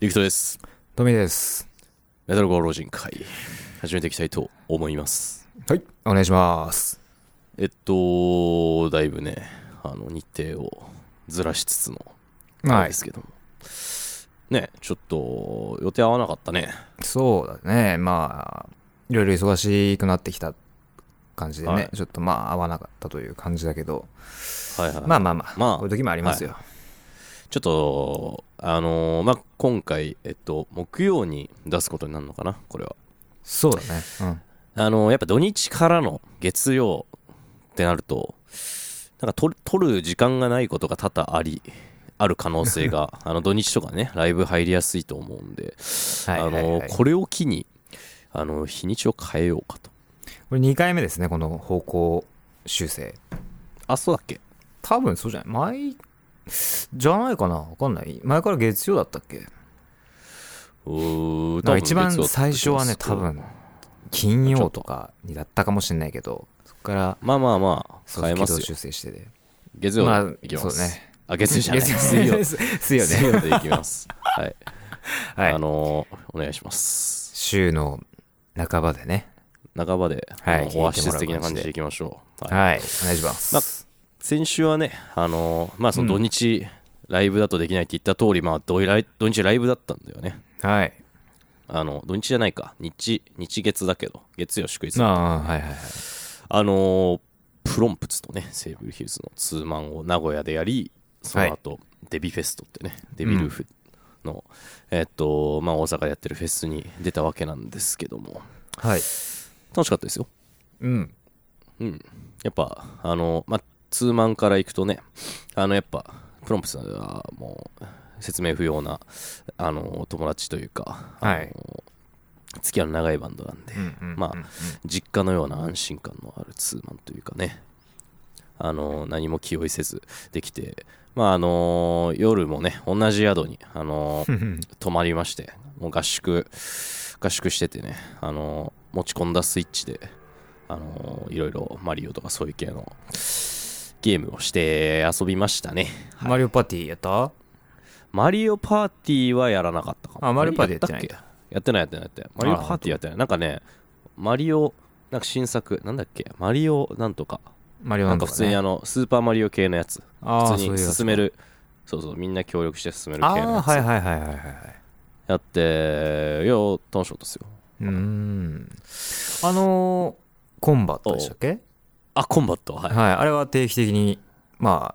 ゆきとです。トミーです。メタルゴー老人会、始めていきたいと思います。はい。お願いします。えっと、だいぶね、あの、日程をずらしつつの、はでい。すけども。ね、ちょっと、予定合わなかったね。そうだね。まあ、いろいろ忙しくなってきた感じでね、はいちょっとまあ合わなかったという感じだけど、はいはい。まあまあまあ、まあこういう時もありますよ。ちょっと、あのーまあ、今回、えっと、木曜に出すことになるのかな、これは。そうだね。うん。あのーやっぱ土日からの月曜ってなると、なんか取る取る時間がないことが多々あり、ある可能性 が、あの土日とかね、ライブ入りやすいと思うんで、はいはい、はいあのーこれを機に、あのー日にちを変えようかと。これ2回目ですね、この方向修正。あ、そうだっけ多分そうじゃない前、じゃないかなわかんない。前から月曜だったっけうーなんか多分一番月曜だった最初はね、と多思うんです分、金曜とかにだったかもしれないけど、そこから、けど。まあまあまそあ、う変え軌ま道すよ。修正してて。月曜まあでいきます。そうねあ、月曜じゃない。月曜 水曜。水曜水ね。曜でいきます。はい。はいあ。のーお願いします。週の半ばでね。半ばで、はいあの聞いてオもらうアシス的な感じ感じででいきましょう。はい。お願いします。先週はね、あのーまあその土日、ライブだとできないって言った通り、まあ土ライ土日ライブだったんだよね。はい。あの、土日じゃないか。日、日月だけど、月曜祝日。あああ、はいはいはい。のープロンプツとね、セーブルヒルズのツーマンを名古屋でやり、その後、デビフェストってね、デビルーフの、えっと、まあ大阪でやってるフェスに出たわけなんですけども、はい。楽しかったですよ。うん。うん、やっぱあの、まあ、ツーマンから行くとねあのやっぱプロンプスはもう説明不要なあの友達というか、はいあの付き合いの長いバンドなんで、まあ実家のような安心感のあるツーマンというかねあの何も気負いせずできて、まあ、あの夜もね同じ宿にあの泊まりましてもう合宿合宿しててねあの持ち込んだスイッチであのいろいろマリオとかそういう系のゲームをして遊びましたね マリオパーティーやったマリオパーティーはやらなかったかもあマリオパーティーやってないやっけやってないやってないやってないマリオパーティーやってないなんかねマリオなんか新作なんだっけマリオなんとかマリオななんんかか普通にあのスーパーマリオ系のやつ普ああ、そう通いにうやつ進めるそうそうみんな協力して進めるあ系のあ、やはいつはいはいはいはい。やっていや楽しかったですようーん。あのー、コンバットでしたっけあコンバットはいはい。あれは定期的に、まあ、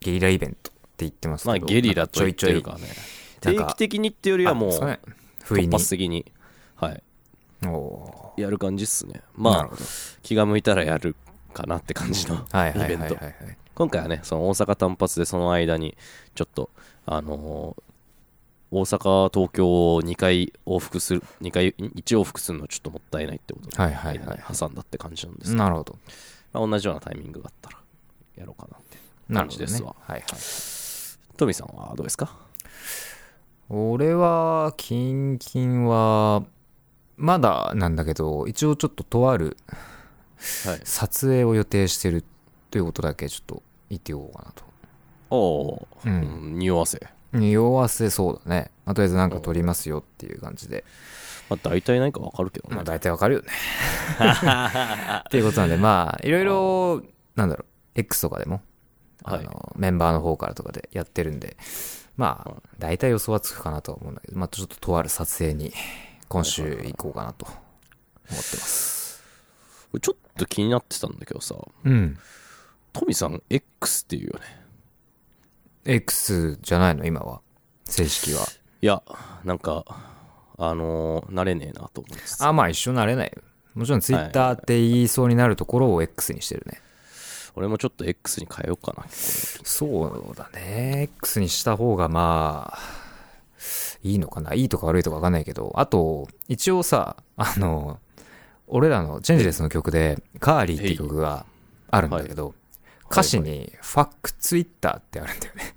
ゲリライベントって言ってますけまど。あゲリラと言ってるなんかかねちょ定いちょい。期的にっていうよりはもうあそうね不意突に。発的にはいおやる感じっすねーなまるあほど気が向いたらやるかなって感じの はいはいイベはントいはいはい。今回はねその大阪単発でその間にちょっとあのー大阪東京を2回往復する2回1往復するのちょっともったいないってことではいはいはい間に挟んだって感じなんですけど、なるほど。まあ、同じようなタイミングがあったらやろうかなってな感るほど、ね。じですわはいはい。トミーさんはどうですか俺は、キンキンは、まだなんだけど、一応ちょっととあるはい撮影を予定してるということだけちょっと言っておこうかなと。おおー、うんうん匂わせ、ま匂わせそうだね。まあ、とりあえずなんか撮りますよっていう感じで。あ、大体何かわかるけどね、まあ大体わかる よね。っていうことなんで、まあ、いろいろ、なんだろう、X とかでも、あはいの、メンバーの方からとかでやってるんで、まはいあ、大体予想はつくかなとは思うんだけど、まあ、ちょっととある撮影に、今週行こうかなと思ってます。ちょっと気になってたんだけどさうん。トミーさん X っていうよね X じゃないの、今は。正式は。いやなんかあのー、慣れねえなと思いますあ、まあ、一緒になれないよ。もちろん Twitter って言いそうになるところを X にしてるね。俺もちょっと X に変えようかな結構そうだね。X にした方がまあ、いいのかな。いいとか悪いとかわかんないけど。あと、一応さ、あの、俺らのチェンジレスの曲で、カーリーっていう曲があるんだけど、歌詞に、ファックツイッターってあるんだよね。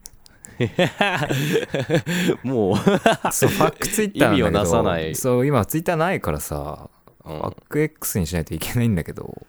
もう そう、ファックツイッターな意んだけど。味をなさないそう、今ツイッターないからうさ、んバック X にしないといけないんだけど、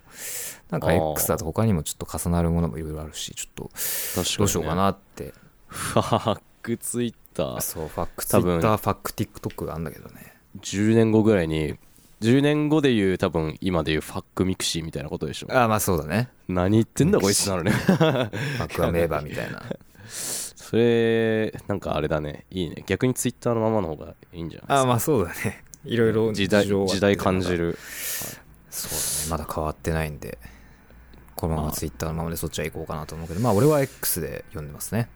なんかあー X だと他にもちょっと重なるものもいろいろあるし、ちょっと確かに、ね、どうしようかなって。ファックツイッターそう、ファックツイ多分ッター、ファック TikTok があるんだけどね。 10年後ぐらいに10年後でいう多分今でいうファックミクシーみたいなことでしょああ、まあそうだね。何言ってんだこいつなのねファックは名馬みたいな。それなんかあれだねいいね逆にツイッターのままの方がいいんじゃない ああ、まあそうだね。いろいろ時代事情はあって時代感じ。るそうだね。まだ変わってないんで、このままツイッターのままでそっちは行こうかなと思うけど、まあ俺は X で読んでますね。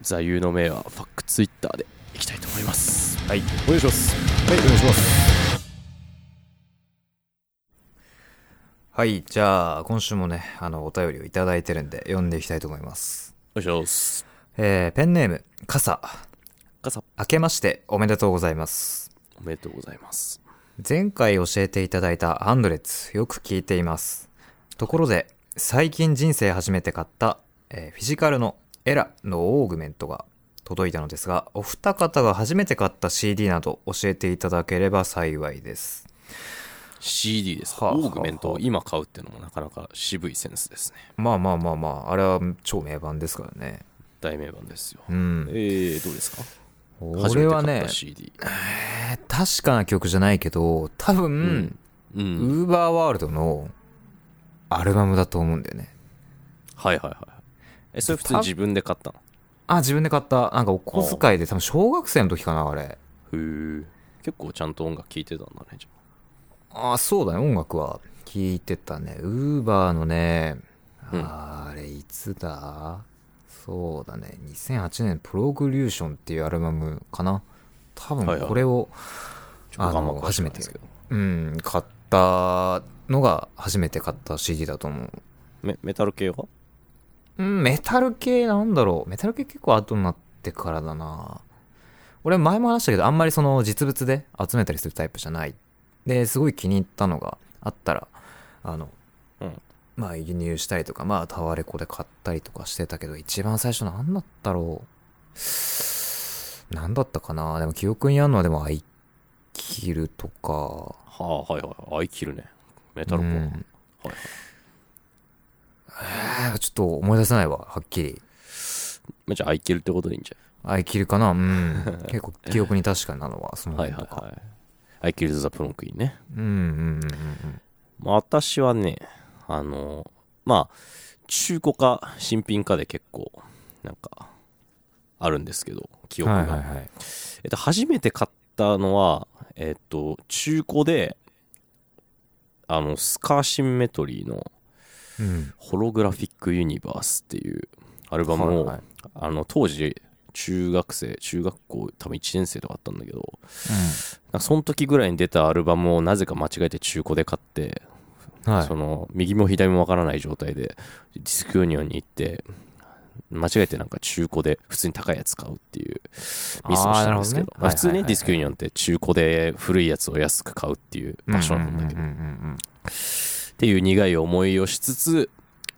座右の銘はファックツイッターでいきたいと思いますはい。お願いしますはい、お願いします。はい、じゃあ、今週もね、あの、お便りをいただいてるんで、読んでいきたいと思います。お願いしますえー、ペンネーム、傘。傘明けましておめでとうございます。おめでとうございます前回教えていただいたハンドレッツ、よく聞いています。ところで、最近人生初めて買った、えーフィジカルのエラのオーグメントが届いたのですが、お二方が初めて買った CD など教えていただければ幸いです。 CD ですかはあオーグメントはをあ今買うっていうのもなかなか渋いセンスですねまあまあまあまあ、あれは超名盤ですからね。大名盤ですようん。えー、どうですか俺はね、初めて買った CD えー確かな曲じゃないけど、多分、うウんーバーワールドのアルバムだと思うんだよね。はいはいはいえそれ普通に自分で買ったのあ、自分で買った。なんかお小遣いで、多分小学生の時かな、あれ。へえ結構ちゃんと音楽聴いてたんだねじゃああ、そうだね、音楽は。聞いてたね。ウーバーのね、うんあれ、いつだそうだね、2008年、プログリューションっていうアルバムかな。多はいは分いこれを、ちょっとあのあんま詳しくないですけどうん、買ったのが初めて買った CD だと思う。メメタル系はうん、メタル系なんだろう。メタル系結構後になってからだな。俺前も話したけど、あんまりその実物で集めたりするタイプじゃない。で、すごい気に入ったのがあったら、あの、うんまあ輸入したりとか、まあタワレコで買ったりとかしてたけど、一番最初何だったろう。何だったかな。でも記憶にあるのはでもアイキルとか、はあはいはいアイキルねメタルコア、うんはいはい、えーちょっと思い出せないわ、はっきり。まあじゃあアイキルってことでいいんじあいきるかなうん 結構記憶に確かになのはそゃのんはい辺はといかはいアイキルズ・ザ・プロンクインねうんうんうんうんまあ私はねあのまあ中古か新品かで結構なんかあるんですけど記憶が、はいはいはいえっと、初めて買ったのは、えっと、中古で、あの、スカーシンメトリーのうんホログラフィックユニバースっていうアルバムを、はいはいあの、当時、中学生、中学校多分1年生とかあったんだけど、なんかその時ぐらいに出たアルバムをなぜか間違えて中古で買って、うんはいその、右も左もわからない状態で、ディスクユニオンに行って、間違えてなんか中古で普通に高いやつ買うっていうミスをしたんですけど、まあ、普通ね、ディスクユニオンって中古で古いやつを安く買うっていう場所なんだけど、うっんうんうんていう苦い思いをしつつ、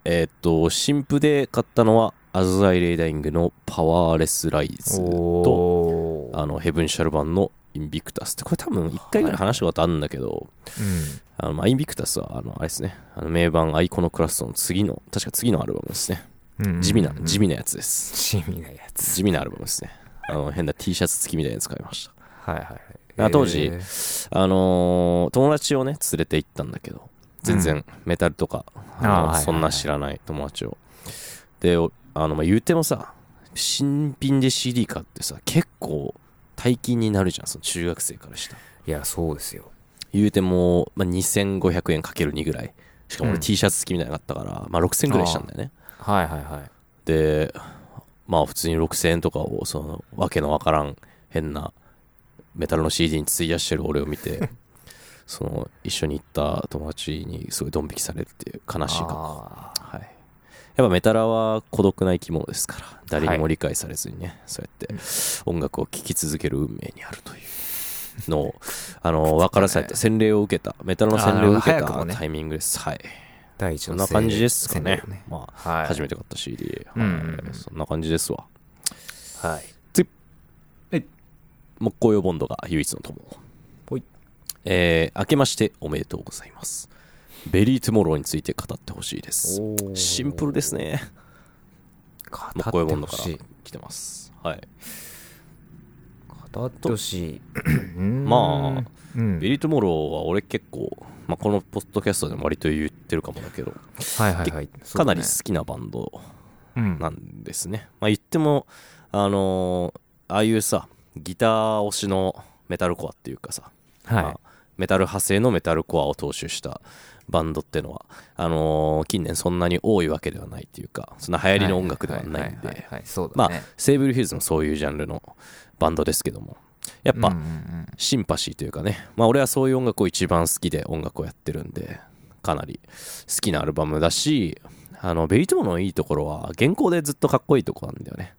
えーっと、新婦で買ったのは、アズアイレイダイングのパワーレスライズうんうんと、おーあの、ヘブンシャル版のインビクタスって、これ多分一回ぐらい話したことあるんだけど、うんあの、まあ、インビクタスは、あの、あれですね、あの、名盤アイコノクラストの次の、確か次のアルバムですね。うんうんうん地味な、地味なやつです。地味なやつ地味なアルバムですね。あの、変な T シャツ付きみたいなの使いました。はいはいはいあ当時えーあのー友達をね、連れて行ったんだけど、全然メタルとか、あのあーはいはいはいそんな知らない友達を。で、おあの、まあ、言うてもさ、新品で CD 買ってさ、結構大金になるじゃん、その中学生からしたら。いやそうですよ言うても、まあ、2500円かける2ぐらい。しかもう俺ん T シャツ付きみたいなのがあったから、まあ、6000ぐらいしたんだよね。はいはいはいで、まあ普通に6000円とかを、その、わけのわからん変なメタルの CD に費やしてる俺を見て、 その、一緒に行った友達にすごいドン引きされるっていう悲しいか。あはーい。やっぱメタラは孤独な生き物ですから、誰にも理解されずにね、そうやって音楽を聴き続ける運命にあるというのを、あの、分からされた、洗礼を受けた、メタルの洗礼を受けあーなるほど早たくもねタイミングです。はい。第一そんのな感じですかね戦略。まあ、はい初めて買った CD、うんうんうんはいそんな感じですわはい木工用ボンドが唯一の友ほいえー明けましておめでとうございますベリートゥモローについて語ってほしいですおーシンプルですねもうこういうもんだから来てますはい語ってほしいまああ、うん、ベリートゥモローは俺結構、まあ、このポッドキャストでも割と言ってるかもだけどはいはいはい、かなり好そうきなバンドだねうんなんですね、まあ言ってもあのーああいうさギター推しのメタルコアっていうかさ、はい、まあメタル派生のメタルコアを踏襲したバンドってのはあのー近年そんなに多いわけではないっていうかそんな流行りの音楽ではないんはははでははいそうだまあねセーブルヒューズもそういうジャンルのバンドですけどもやっぱ、うんうんうんシンパシーというかね、まあ、俺はそういう音楽を一番好きで音楽をやってるんでかなり好きなアルバムだしあのベリートモのいいところは原稿でずっとかっこいいとこなんだよね、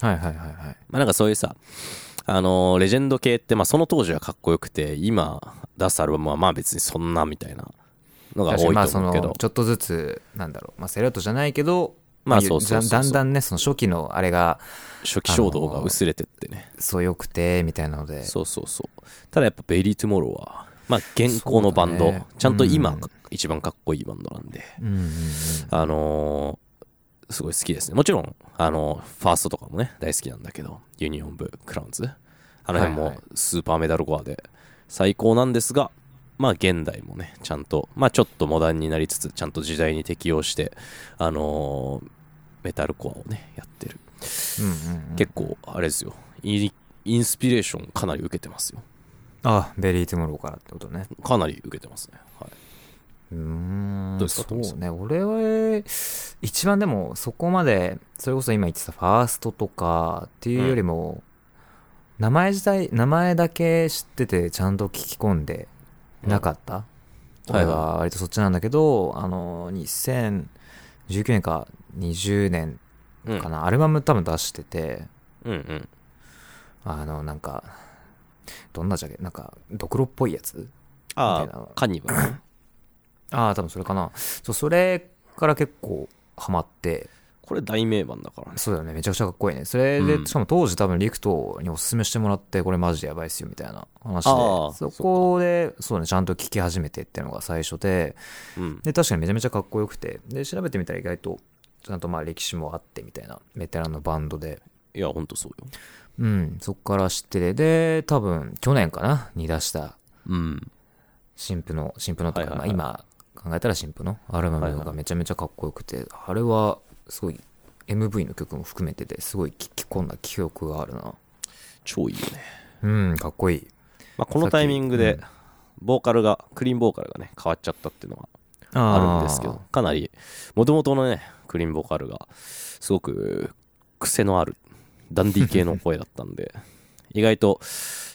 はいはいはいはいまあ、なんかそういうさあのレジェンド系って、まあ、その当時はかっこよくて今出すアルバムはまあ別にそんなみたいなのが確多かにいまあとそ思うけのどちょっとずつなんだろうまあセレオトじゃないけどまあゆそうそうそうそうだんだんねその初期のあれが初期衝動が薄れてってね、そうよくてみたいなのでそうそうそうただやっぱベリートゥモローはまあ現行のバンそド、うだねちゃんと今、うん一番かっこいいバンドなんでうんうんうんあのーすごい好きですね。もちろん、あのーファーストとかもね、大好きなんだけど、ユニオン部、クラウンズ。あの辺はもいはいスーパーメダルコアで最高なんですが、まあ現代もね、ちゃんと、まあちょっとモダンになりつつ、ちゃんと時代に適応して、あのーメタルコアをね、やってる。うんうんうん結構、あれですよ、インインスピレーションかなり受けてますよ。あベリー・トゥモローからってことねかなり受けてますね。はい。うーんどうですかそうね俺は一番でもそこまでそれこそ今言ってたファーストとかっていうよりも、名前自体名前だけ知っててちゃんと聞き込んでなかった、うん俺は割とそっちなんだけど、あの2019年か20年うんかな、アルバム多分出しててうんうん。あのなんかどんなじゃけなんかドクロっぽいやつあみたいなあ、カニバル。ああ多分それかなそうそれから結構ハマってこれ大名盤だからね。そうだよねめちゃくちゃかっこいいねそれで、うんしかも当時多分リクトにおすすめしてもらってこれマジでやばいっすよみたいな話でああそこでそうねちゃんと聞き始めてってのが最初でうん。で確かにめちゃめちゃかっこよくてで調べてみたら意外とちゃんとまあ歴史もあってみたいなベテランのバンドでいや、ほんとそうよ。うんそっから知っててで多分去年かなに出したうん。新婦の新婦のとか、はいはいはいまあ、今考えたら新婦のアルバはいムはがいめちゃめちゃかっこよくて、あれはすごい MV の曲も含めてですごい聴き込んだ記憶があるな超いいよね、うんかっこいいまあ、このタイミングさっできボーカルがクリーンボーカルがね変わっちゃったっていうのはあるんですけどかなりもともとのねクリーンボーカルがすごく癖のあるダンディー系の声だったんで 意外と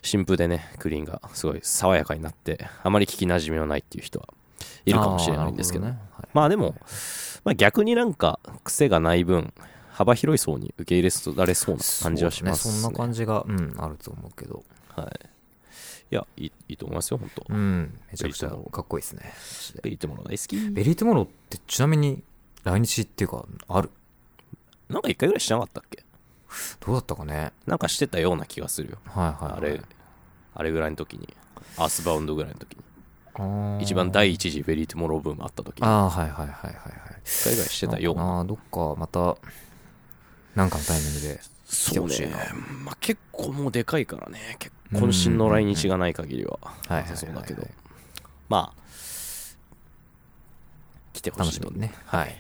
新風でねクリーンがすごい爽やかになってあまり聞きなじみのないっていう人はいるかもしれないんですけどあーねるほねまあでも、まあ、逆になんか癖がない分幅広い層に受け入れられそうな感じはします、ねそうだねそんな感じがうんあると思うけどはい、いやいいいいと思いますよ本当うんめちゃくちゃベリートゥモローかっこいいですねマジでベリーってもの大好きベリートゥモローってちなみに来日っていうかあるなんか一回ぐらいしなかったっけどうだったかねなんかしてたような気がするよはいはい、はい、あれあれぐらいの時にアースバウンドぐらいの時にあー一番第一次ベリートゥモローブームあった時にああはいはいはいはいはい一回ぐらいしてたようなああどっかまたなんかのタイミングで来てそうほしいねな、まあ、結構もうでかいからね結構渾身の来日がない限りはうんうんうんなさそうだけはどいはいまあ来てほ楽しいしみにねはい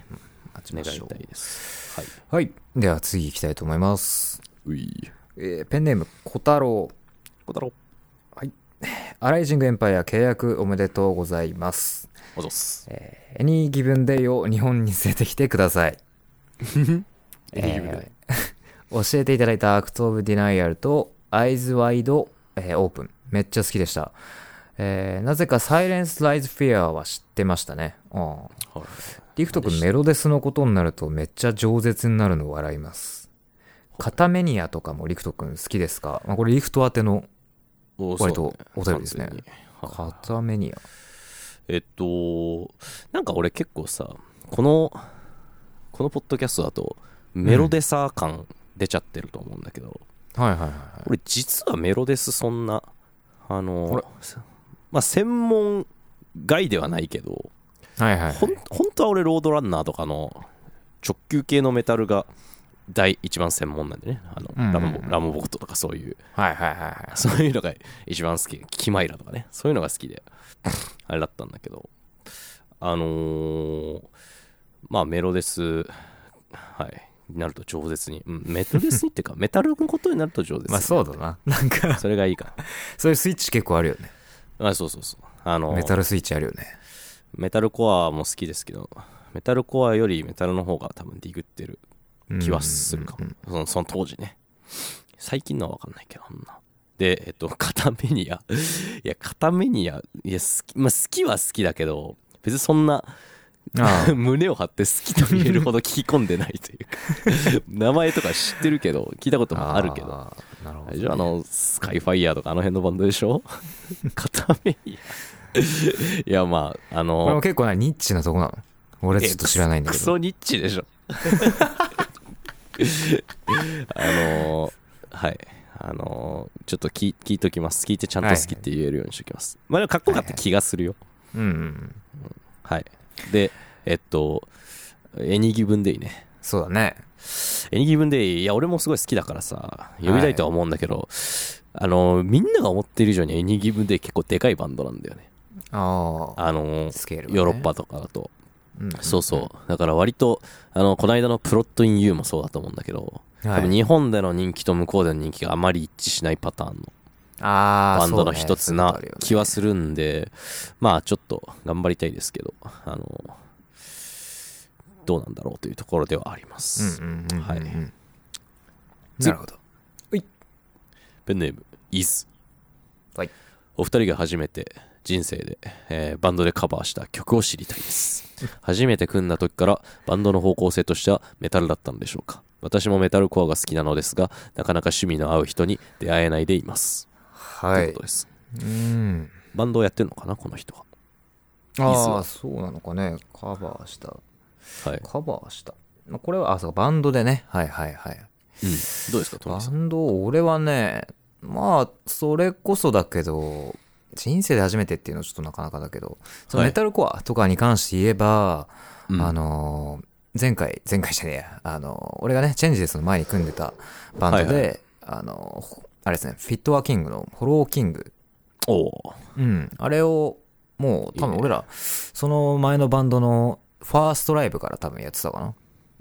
待ち願まいしょたいうですはいはいでは次行きたいと思います、ういえーペンネーム小太郎小太郎アライジングエンパイア契約おめでとうございますおぞっすエニーギブンデイを日本に連れてきてください、エニーギブンデイえー教えていただいたアクト・オブ・ディナイアルとアイズ・ワイド、えーオープンめっちゃ好きでした、えーなぜかサイレンス・ライズ・フィアは知ってましたねああはいリフト君メロデスのことになるとめっちゃ饒舌になるの笑います。カタメニアとかもリフト君好きですか、まあ、これリフト宛てのお割とそうお便りですね完全にはいカタメニア。えっと、なんか俺結構さ、この、このポッドキャストだと、メロデサー感出ちゃってると思うんだけど、はいはいはいはい。俺実はメロデスそんな、ああのれ、まあ、専門外ではないけど、はいはいほん本当は俺ロードランナーとかの直球系のメタルが第一番専門なんでねあの、うんうんうんラムボラムボットとかそういうはいはいはいはい そういうのが一番好きキマイラとかねそういうのが好きであれだったんだけどあのーまあメロデスはいになると饒舌に、うん、メロデスにっていう かメタルのことになると饒舌まあそうだななんかそれがいいかそういうスイッチ結構あるよねなあそうそうそうあのーメタルスイッチあるよねメタルコアも好きですけどメタルコアよりメタルの方が多分ディグってる気はするかも、そのその当時ね最近のは分かんないけどあんなでえっと 片目にやいや片目にやいや好き,、まあ、好きは好きだけど別にそんなあ胸を張って好きと言えるほど聞き込んでないというか 名前とか知ってるけど聞いた こともあるけどあーなるほあどれじゃああのスカイファイヤーとかあの辺のバンドでしょ 片目にやいやまああこれのも結構なニッチなとこなの俺ちょっと知らないんだけえクどソニッチでし ょあのーはいあのーちょっと聞聞いときます聞いてちゃんと好きって言えるようにしておきます、まあでもかっこよかった気がするようんうんはい、でえっとエニギブンデイねそうだねエニギブンデイいや俺もすごい好きだからさ呼びたいとは思うんだけど、あのーみんなが思ってる以上にエニギブンデイ結構でかいバンドなんだよねあああのースケールがねヨーロッパとかだとうんそうそう。だから割と、あの、この間のプロットインユーもそうだと思うんだけど、はい多分日本での人気と向こうでの人気があまり一致しないパターンのああバンドの一つな気ははするんで、まあちょっと頑張りたいですけど、あの、どうなんだろうというところではありまうす。んうんうんうんはいなるほどペンネーム、イズ。はいお二人が初めて人生で、えーバンドでカバーした曲を知りたいです。初めて組んだ時からバンドの方向性としてはメタルだったのでしょうか。私もメタルコアが好きなのですが、なかなか趣味の合う人に出会えないでいます。はといういことです。うんバンドをやってるのかな、この人は。ああそうなのかねカバーしたはい。カバーしたまあこれはあそうバンドでねはいはいはいうん、どうですか、トバミーさん。ンド俺はねまあそれこそだけど人生で初めてっていうのはちょっとなかなかだけどそのはいメタルコアとかに関して言えば、うんあのー前回前回じゃねえやあのー俺がねチェンジですの前に組んでたバンドで、はいはあのーほあれですねフィットワーキングのフォローキングおーうん、あれをもう多分俺らその前のバンドのファーストライブから多分やってたかな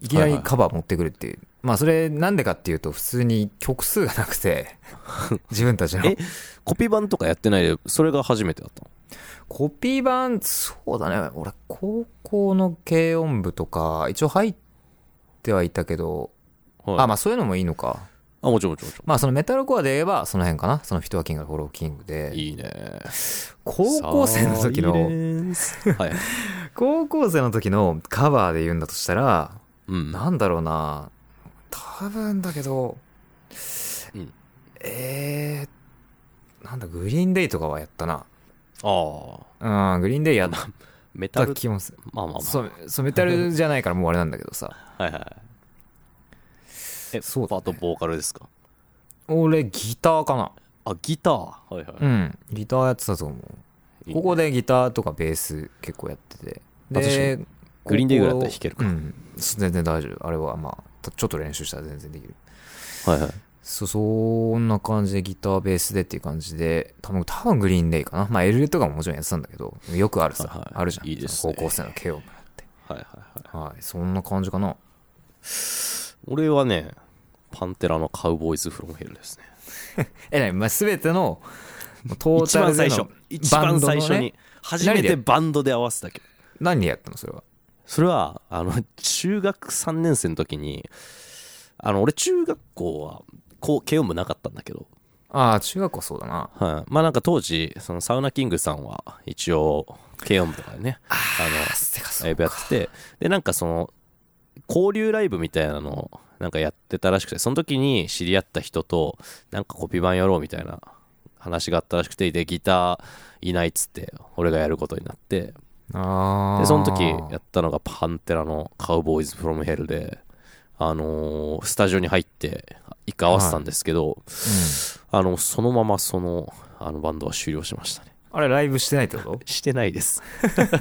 いきなはいりはいカバー持ってくるっていう、まあそれなんでかっていうと普通に曲数がな くて自分たちのえコピー版とかやってないで、それが初めてだったの。コピー版そうだね俺高校の軽音部とか一応入ってはいたけど、はい、あまあそういうのもいいのかあ、もちろんもちろんもちまあそのメタルコアで言えばその辺かなそのフィットワーキングのフォローキングろん。でいいね。高校生の時サイのレンスはい。高校生の時のカバーで言うんだとしたらうん。なんだろうな多分だけど、うんえー、なんだ、グリーンデイとかはやったな。ああ。うん、グリーンデイやっメタたル、気もする。まあまあまそう、そうメタルじゃないからもうあれなんだけどさ。あ。はいはい。え、そうパだートねボーカルですか俺、ギターかな。あ、ギター。はいはい。うん、ギターやってたと思う。いいねここでギターとかベース結構やってて。で、グリーンデイぐらいだったら弾けるかか。うん、全然大丈夫。あれはまあ、ちょっと練習したら全然できる。はいはい。そ、そんな感じでギター、ベースでっていう感じで、多分、多分グリーンデイかな。まあ、LL とかももちろんやってたんだけど、よくあるさ、はいはいあるじゃん。いいですそねの高校生の KO 部って。はいはいはい。はい、そんな感じかな。俺はね、パンテラのカウボーイズフロムヘルですね。え、なに、まあ、すべての、もうトー一タ番ルで最の初。一バン番ドの最ね初に。初めてバンドで合わせたけど。何でやったの、それは。それは、あの、中学3年生の時に、あの、俺中学校は、こう、軽音部なかったんだけど、ああ、中学校そうだな。はい、まあなんか当時そのサウナキングさんは一応軽音部とかでねあのライブやっててでなんかその交流ライブみたいなのをなんかやってたらしくてその時に知り合った人となんかコピー版やろうみたいな話があったらしくてでギターいないっつって俺がやることになってああ。でその時やったのがパンテラの「カウボーイズ・フロム・ヘルで」あのースタジオに入って一回合わせたんですけど、あのそのままそのあのバンドは終了しましたねあれライブしてないってことしてないです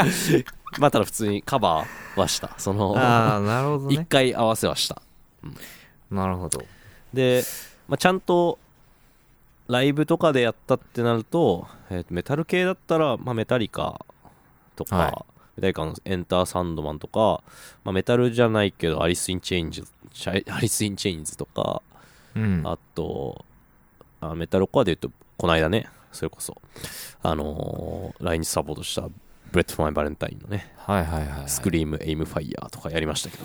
まあただ普通にカバーはしたそのああ、なるほど一ね。回合わせはしたなるほど。で、まあ、ちゃんとライブとかでやったってなると、えーメタル系だったら、まあ、メタリカとか、はメタリカのエンターサンドマンとか、まあ、メタルじゃないけどアリス・イン・チェインジチャイ アリス・イン・チェインズとか、うん。あとあメタルコアで言うとこの間ねそれこそあのー、来日サポートしたブレッド・フォー・マイ・バレンタインのね、はいはいはい。スクリーム・エイム・ファイヤーとかやりましたけ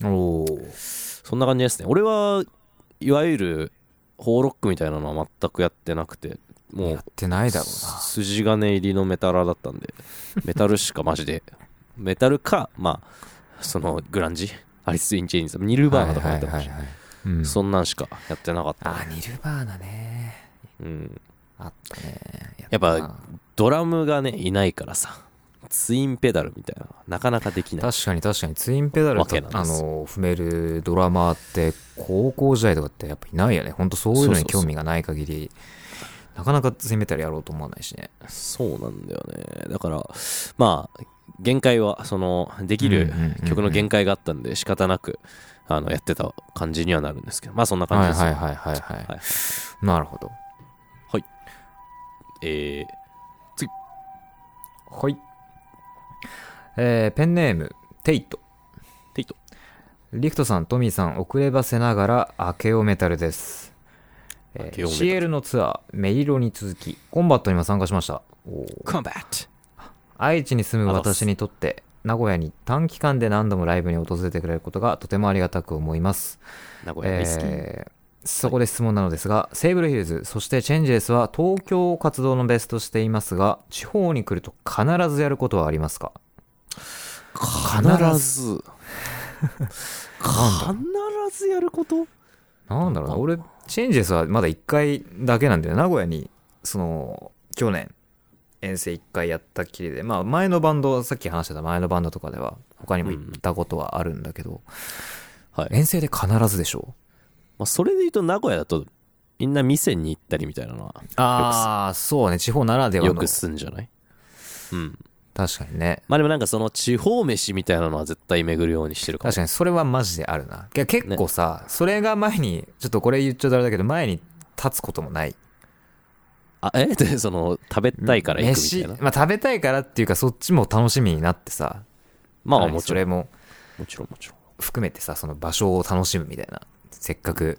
どおーそんな感じですね。俺はいわゆるホーロックみたいなのは全くやってなくて、もやうってないだろう筋金入りのメタラーだったんで、メタルしかマジで、 メタルか、まあ、そのグランジ、アリス・イン・チェインズ、ニルな。バーナとかやってました。はいはいはいはいうんそんなんしかやってなかった。あ、ニルバーナね。うん、あったね。やっぱぱドラムがね、いないからさ、ツインペダルみたいなのはなかなかできない。確かに確かにツインペダルわとけあなんですの踏めるドラマーって高校時代とかってやっぱいないよねほんとそういうのにそうそうそう興味がない限りなかなかツインペダルやろうと思わないしねそうなんだよね。だから、まあ、限界は、その、できるうんうんうんうん曲の限界があったんで、仕方なく、あの、やってた感じにはなるんですけど、まあ、そんな感はじでいすよ。はいはいはいはい、はいなるほどえーはいえーペンネームテイトテイト。リクトさん、トミーさん、遅ればせながら、明けおメタルです。え明けー、おメタル CL のツアー、メイロに続き、コンバットにも参加しました。コンバット愛知に住むあざっす私にとって、名古屋に短期間で何度もライブに訪れてくれることがとてもありがたく思います。名古屋ミスキー。えーそこで質問なのですが、セーブルヒルズ、そしてチェンジレスは東京活動のベースとしていますが、地方に来ると必ずやることはありますか必ず、必ずやることなんだろなうな、んか俺、チェンジェスはまだ1回だけなんだよ。名古屋に、その、去年、遠征1回やったっきりで、まあ、前のバンド、さっき話してた前のバンドとかでは、他にも行ったことはあるんだけど、はい。遠征で必ずでしょまあ、それで言うと、名古屋だと、みんな店に行ったりみたいなのは、ああ、そうね、地方ならではよの。くすんじゃないうん。確かにね。まあでもなんかその地方飯みたいなのは絶対巡るようにしてるかも確かに、それはマジであるな。いや結構さ、それが前に、ちょっとこれ言っちゃうとあれだけど、前に立つこともない。あえ でその食べたいから行くみたいな飯まあ、食べたいからっていうか、そっちも楽しみになってさ、まあ何もちそろんれも、もちろんもちろん含めてさその場所を楽しむみたいなせっかく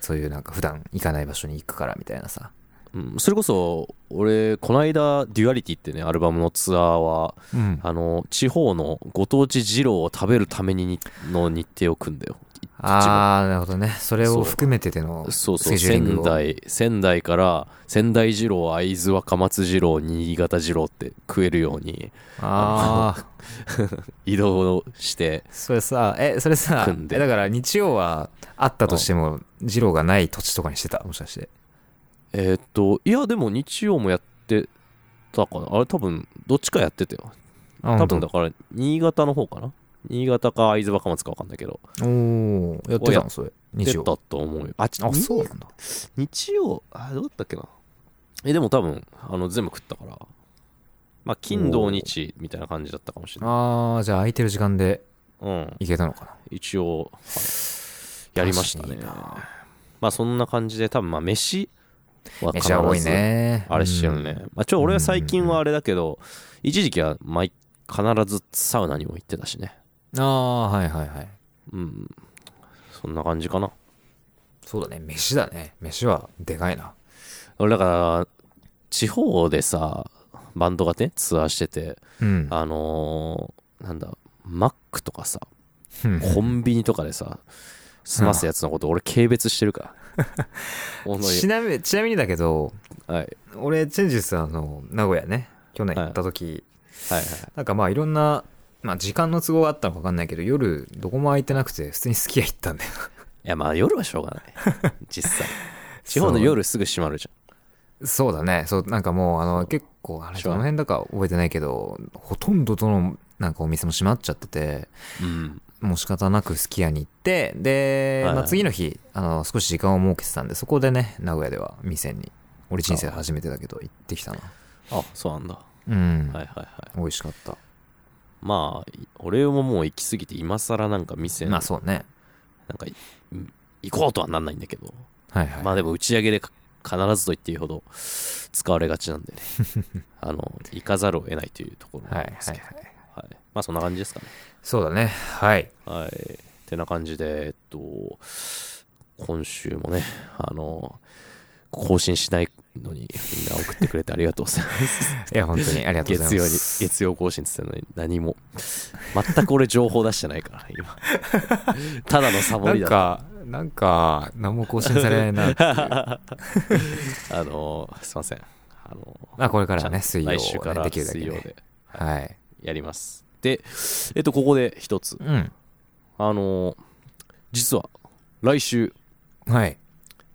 そういうなんか普段行かない場所に行くからみたいなさうん、それこそ俺この間「デュアリティ」ってねアルバムのツアーはうんあの地方のご当地二郎を食べるためににの日程を組んだよああなるほどねそれそをう含めてでのスそうそケうジューリング仙を台仙台から仙台二郎会津若松二郎新潟二郎って食えるようにああ移動してそ れさえそれさ組んでえだから日曜はあったとしても二郎がない土地とかにしてたもしかしてえーっといやでも日曜もやってたかなあれ多分どっちかやってたよあ多本分だ当から新潟の方かな新潟か会津若松か分かんないけどおおやっておたやのそれ出日た曜と思うよあちあそうなんだ日曜あどうだったっけなえでも多分あの全部食ったからまあ金お土ー日みたいな感じだったかもしれないああじゃあ空いてる時間でうん行けたのかな一応、はいやりましたね確かになまあそんな感じで多分まあ飯はめ必ちゃ多いずねあれしてるうんねまあちょ俺は最近はあれだけど一時期は毎必ずサウナにも行ってたしねああはいはいはいうんそんな感じかなそうだね飯だね飯はでかいな俺だから地方でさバンドがねツアーしててうんあのーなんだマックとかさうんコンビニとかで さ済ますやつのこと俺軽蔑してるから本当にちなみちなみにだけどはいはい俺チェンジスあの名古屋ね去年行った時、はいなんかまあいろんな、まあ、時間の都合があったのか分かんないけど夜どこも空いてなくて普通にすき家行ったんだよ いやまあ夜はしょうがない実際地方の夜すぐ閉まるじそうだねそうなんかもうあの結構あれしょうどがのな辺だか覚えてないけどほとんどどのなんかお店も閉まっちゃっててゃんうんもう仕方なくすき家に行ってで、はいはいまあ、次の日あの少し時間を設けてたんでそこでね名古屋では店に俺人生初めてだけど行ってきたなあそうなんだ、うん、はいはいはい美味しかったまあ俺ももう行き過ぎて今更なんか店まなあんそうねかい行こうとはなんないんだけど、はいはい、まあでも打ち上げでか必ずと言っていいほど使われがちなん でねあの行かざるを得ないというところないはんはいですはけど、いはいまあそんな感じですかねそうだねはいはいてな感じでえっと今週もねあの更新しないのにみんな送ってくれてありがとうございますいや本当 にありがとうござ月い曜まにす月曜更新っつってんのに何も全く俺情報出してない から今ただのサボなりんだっかなんか何も更新されな いなたあのすいませんあのまあこれからはねちゃん水曜をね来週からできるだけ水曜ねではいやりますでえっとここで一つうんあの実は来週はい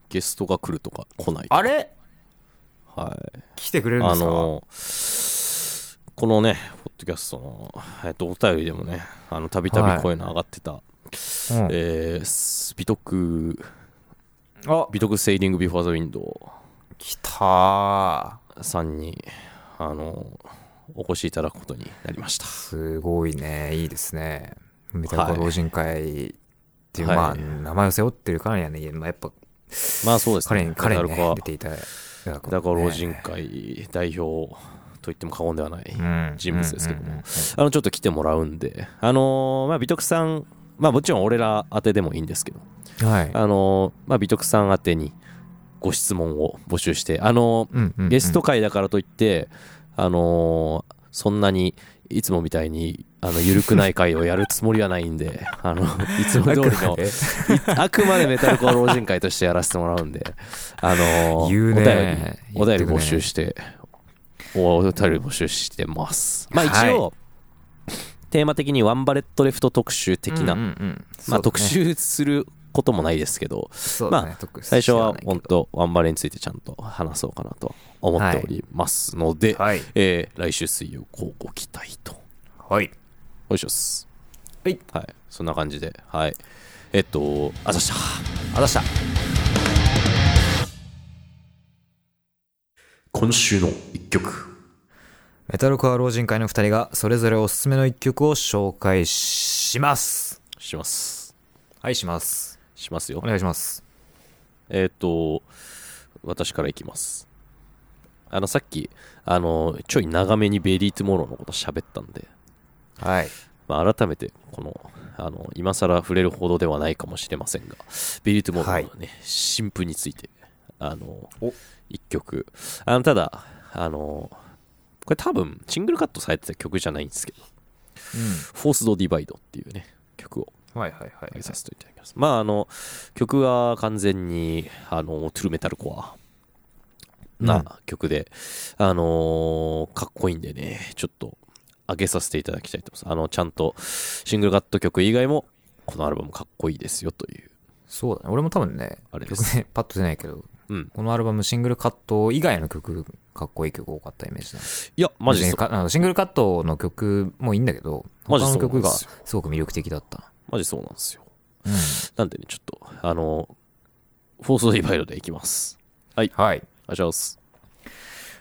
ゲストが来るとか来ないとかあれはい来てくれるんであすか、のこのね、ポッドキャストの、えっと、お便りでもね、あの、たびたはびい声の上がってた、うんえース美徳、あ美徳セーリングビフォーザウィンド来たーウさんに、あの、お越しいただくことになりました。すごいねいいですねメタルはいコ老人会っていう、はいまあ名前を背負ってるからにはね、まあ、やっぱまあそうです彼にね。彼に、メダねル、出コていただくアだのかはらね老人会代表と言っても過言ではない。うん人物ですけどもうんうんうんあの、ちょっと来てもらうんで、あのまあ、美徳さん、まあもちろん俺ら宛てでもいいんですけど、うんはいあのまあ、美徳さん宛てにご質問を募集して、あのうんうんうんゲスト会だからといって、あのそんなにいつもみたいに、あの、ゆるくない会をやるつもりはないんで、あの、いつも通りあくまの、で あくまでメタルコア老人会としてやらせてもらうんで、あの言うねお便り、お言便ってくりね募集して、おお便り募集してます。まあ一応、テーマ的にワンバレットレフト特集的な、うんうんうんそまあうだね特集することもないですけど、そうだねま特集最初知らはないけど本当ワンバレについてちゃんと話そうかなと思っておりますので、はいえー来週水曜こうご期待とはいおいしょっすはいはいそんな感じではいえっとあざしたあざした今週の一曲メタルコア老人会の2人がそれぞれおすすめの1曲を紹介しますしますはいしますしますよお願いしますえっと私からいきますあのさっきあのちょい長めにベリートゥモローのこと喋ったんではいまあ、改めてこのあの今更触れるほどではないかもしれませんがビリー・トゥモローの、ね新譜についてあのお一曲あのただあのこれ多分シングルカットされてた曲じゃないんですけど「フォースド・ディバイド」っていうね曲をはいはいは挙げさせていただきますまああの曲が完全にあのトゥルメタルコアな曲で、あのーかっこいいんでねちょっと上げさせていただきたいと思いますあのちゃんとシングルカット曲以外もこのアルバムかっこいいですよというそうだね俺も多分ねあれで曲すね パッと出ないけどうんこのアルバムシングルカット以外の曲かっこいい曲多かったイメージだいやマジでそうかあのシングルカットの曲もいいんだけどマ他ジそうの曲がなんですすごく魅力的だったマジそうなんですようんなんでねちょっとあのフォースドディバイドでいきますはいお願いします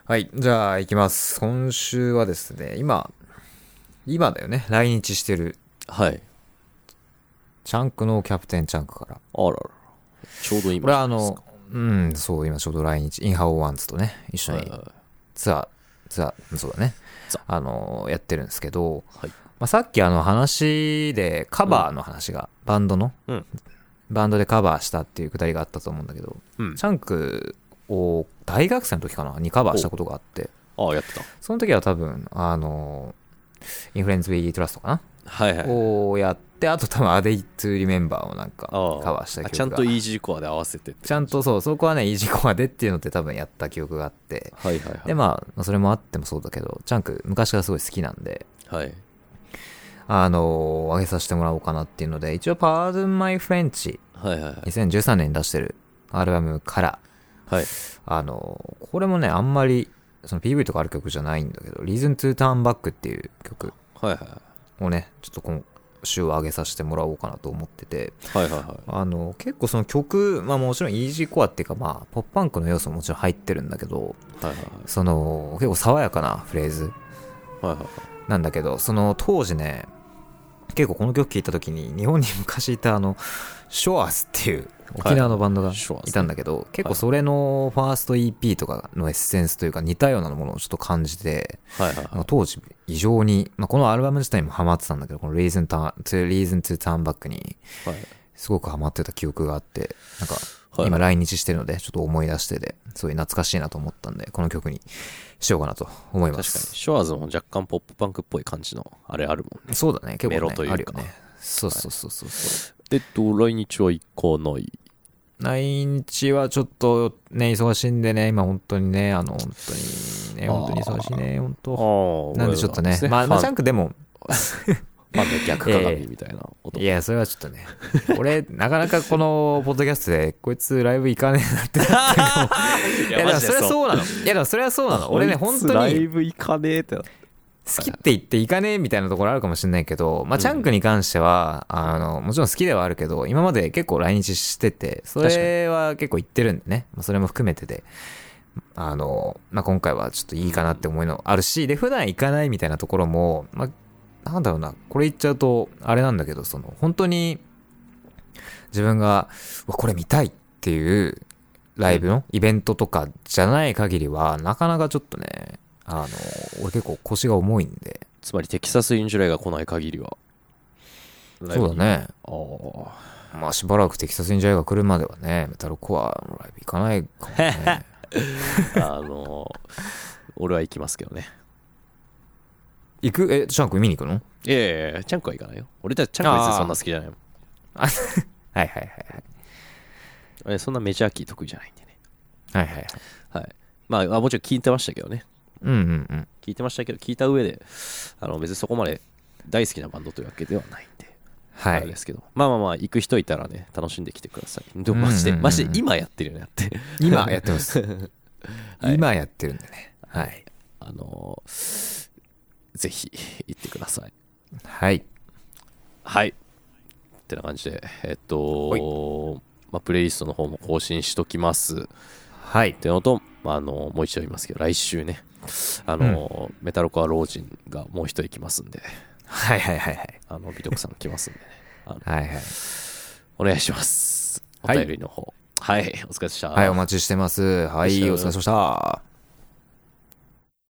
はい。じゃあ、行きます。今週はですね、今、今だよね。来日してる、はいチャンクのキャプテンチャンクから。あららちょうど今これはあの、うん、そう、今ちょうど来日、インハオワンズとね、一緒はいにはいツアー、ツアー、そうだねツ。あの、やってるんですけど、はいまあ、さっきあの話で、カバーの話が、バンドの、うんバンドでカバーしたっていうくだりがあったと思うんだけど、うんチャンクを大学生の時かなにカバーしたことがあって、ああやってたその時は多分、あの、インフルエンズ・ビギー・トラストかはいはな、いをやって、あと多分、アデイ・トゥ・リメンバーをなんかカああバーした曲あがちゃんとイージーコアで合わせてってちゃんとそう、そこはね、イージーコアでっていうのって多分やった記憶があって、はいはいはいで、まあ、まあそれもあってもそうだけど、チャンク、昔からすごい好きなんで、はいあの上げさせてもらおうかなっていうので、一応、Pardon My French、はいはいはい2013年に出してるアルバムから、はいあのこれもね、あんまり、その PV とかある曲じゃないんだけど、Reason to Turn Back っていう曲はいはいをね、ちょっとこの週を上げさせてもらおうかなと思ってて、はいはいはあの、結構その曲、まあもちろんイージーコアっていうか、まあ、ポップパンクの要素ももちろん入ってるんだけど、いはいはいその、結構爽やかなフレーズはいはいはいなんだけど、その当時ね、結構この曲聴いた時に、日本に昔いたあの、ショアスっていう沖縄のバンドがショアスいたんだけど、結構それのファースト EP とかのエッセンスというか似たようなものをちょっと感じて、はいはいあはの当時異常に、まあ、このアルバム自体もハマってたんだけど、この Reason to, Reason to Turn Back にいはいすごくハマってた記憶があって、なんかはい今来日してるのでちょっと思い出してて、すごい懐かしいなと思ったんで、この曲にしようかなと思いま確かにす。ショアーズも若干ポップパンクっぽい感じのあれあるもんねそうだね、結構、ね、メロというかあるよね。そうそうそうそうそう。でと来日は行かない来日はちょっとね、忙しいんでね、今本当にね、あの、本当にね、あー本当に忙しいね、本当。ああなんでちょっとね、まあ、まあ、ジャンクでも、ファンの逆鏡みたいな音いや、それはちょっとね、俺、なかなかこのポッドキャストで、こいつライブ行かねえなってなってるかも。いや、でもそれはそうなの。いや、でもそれはそうなの。俺ね、本当ライにブ行かねえってな好きって言って行かねえみたいなところあるかもしれないけど、まあ、チャンクに関しては、あの、もちろん好きではあるけど、今まで結構来日してて、それは結構行ってるんでね、まあ、それも含めてで、あの、まあ、今回はちょっといいかなって思いのあるし、で、普段行かないみたいなところも、まあ、なんだろうな、これ言っちゃうと、あれなんだけど、その、本当に、自分が、うわこれ見たいっていう、ライブのイベントとかじゃない限りは、なかなかちょっとね、あの、俺結構腰が重いんで、つまりテキサスインジュライが来ない限りはそうだね。ああまあしばらくテキサスにジャイが来るまではね、メタルコアのライブ行かないかも ね。あの俺は行きますけどね行くえ、シャンク見に行くのいやいやいやチャンクは行かないよ俺たちチャンクは別にそんな好きじゃないもんはいはいはいはい。えそんなメジャーキー得意じゃないんでねはいはいはい。はいまあまあもちろん聞いてましたけどねうんうんうん。聞いてましたけど聞いた上であの別にそこまで大好きなバンドというわけではないんではあれでい。すけどまあまあまあ行く人いたらね楽しんできてくださいでもマジで、うんうんうんマジで今やってるよねだって今やってます。今やってるんでね。はい。 あのーぜひ行ってくださいはい。はいってな感じでえっとまあ、プレイリストの方も更新しときますはいっ。てのと、まあ、あのもう一度言いますけど来週ねあの、メタルコア老人がもう一人来ますんではいはいはいはい。あの美徳さん来ますんでねあのはいはい。お願いしますおはい便りの方はい、お疲れ様でしたはい、お待ちしてます。はい、お疲れ様でした。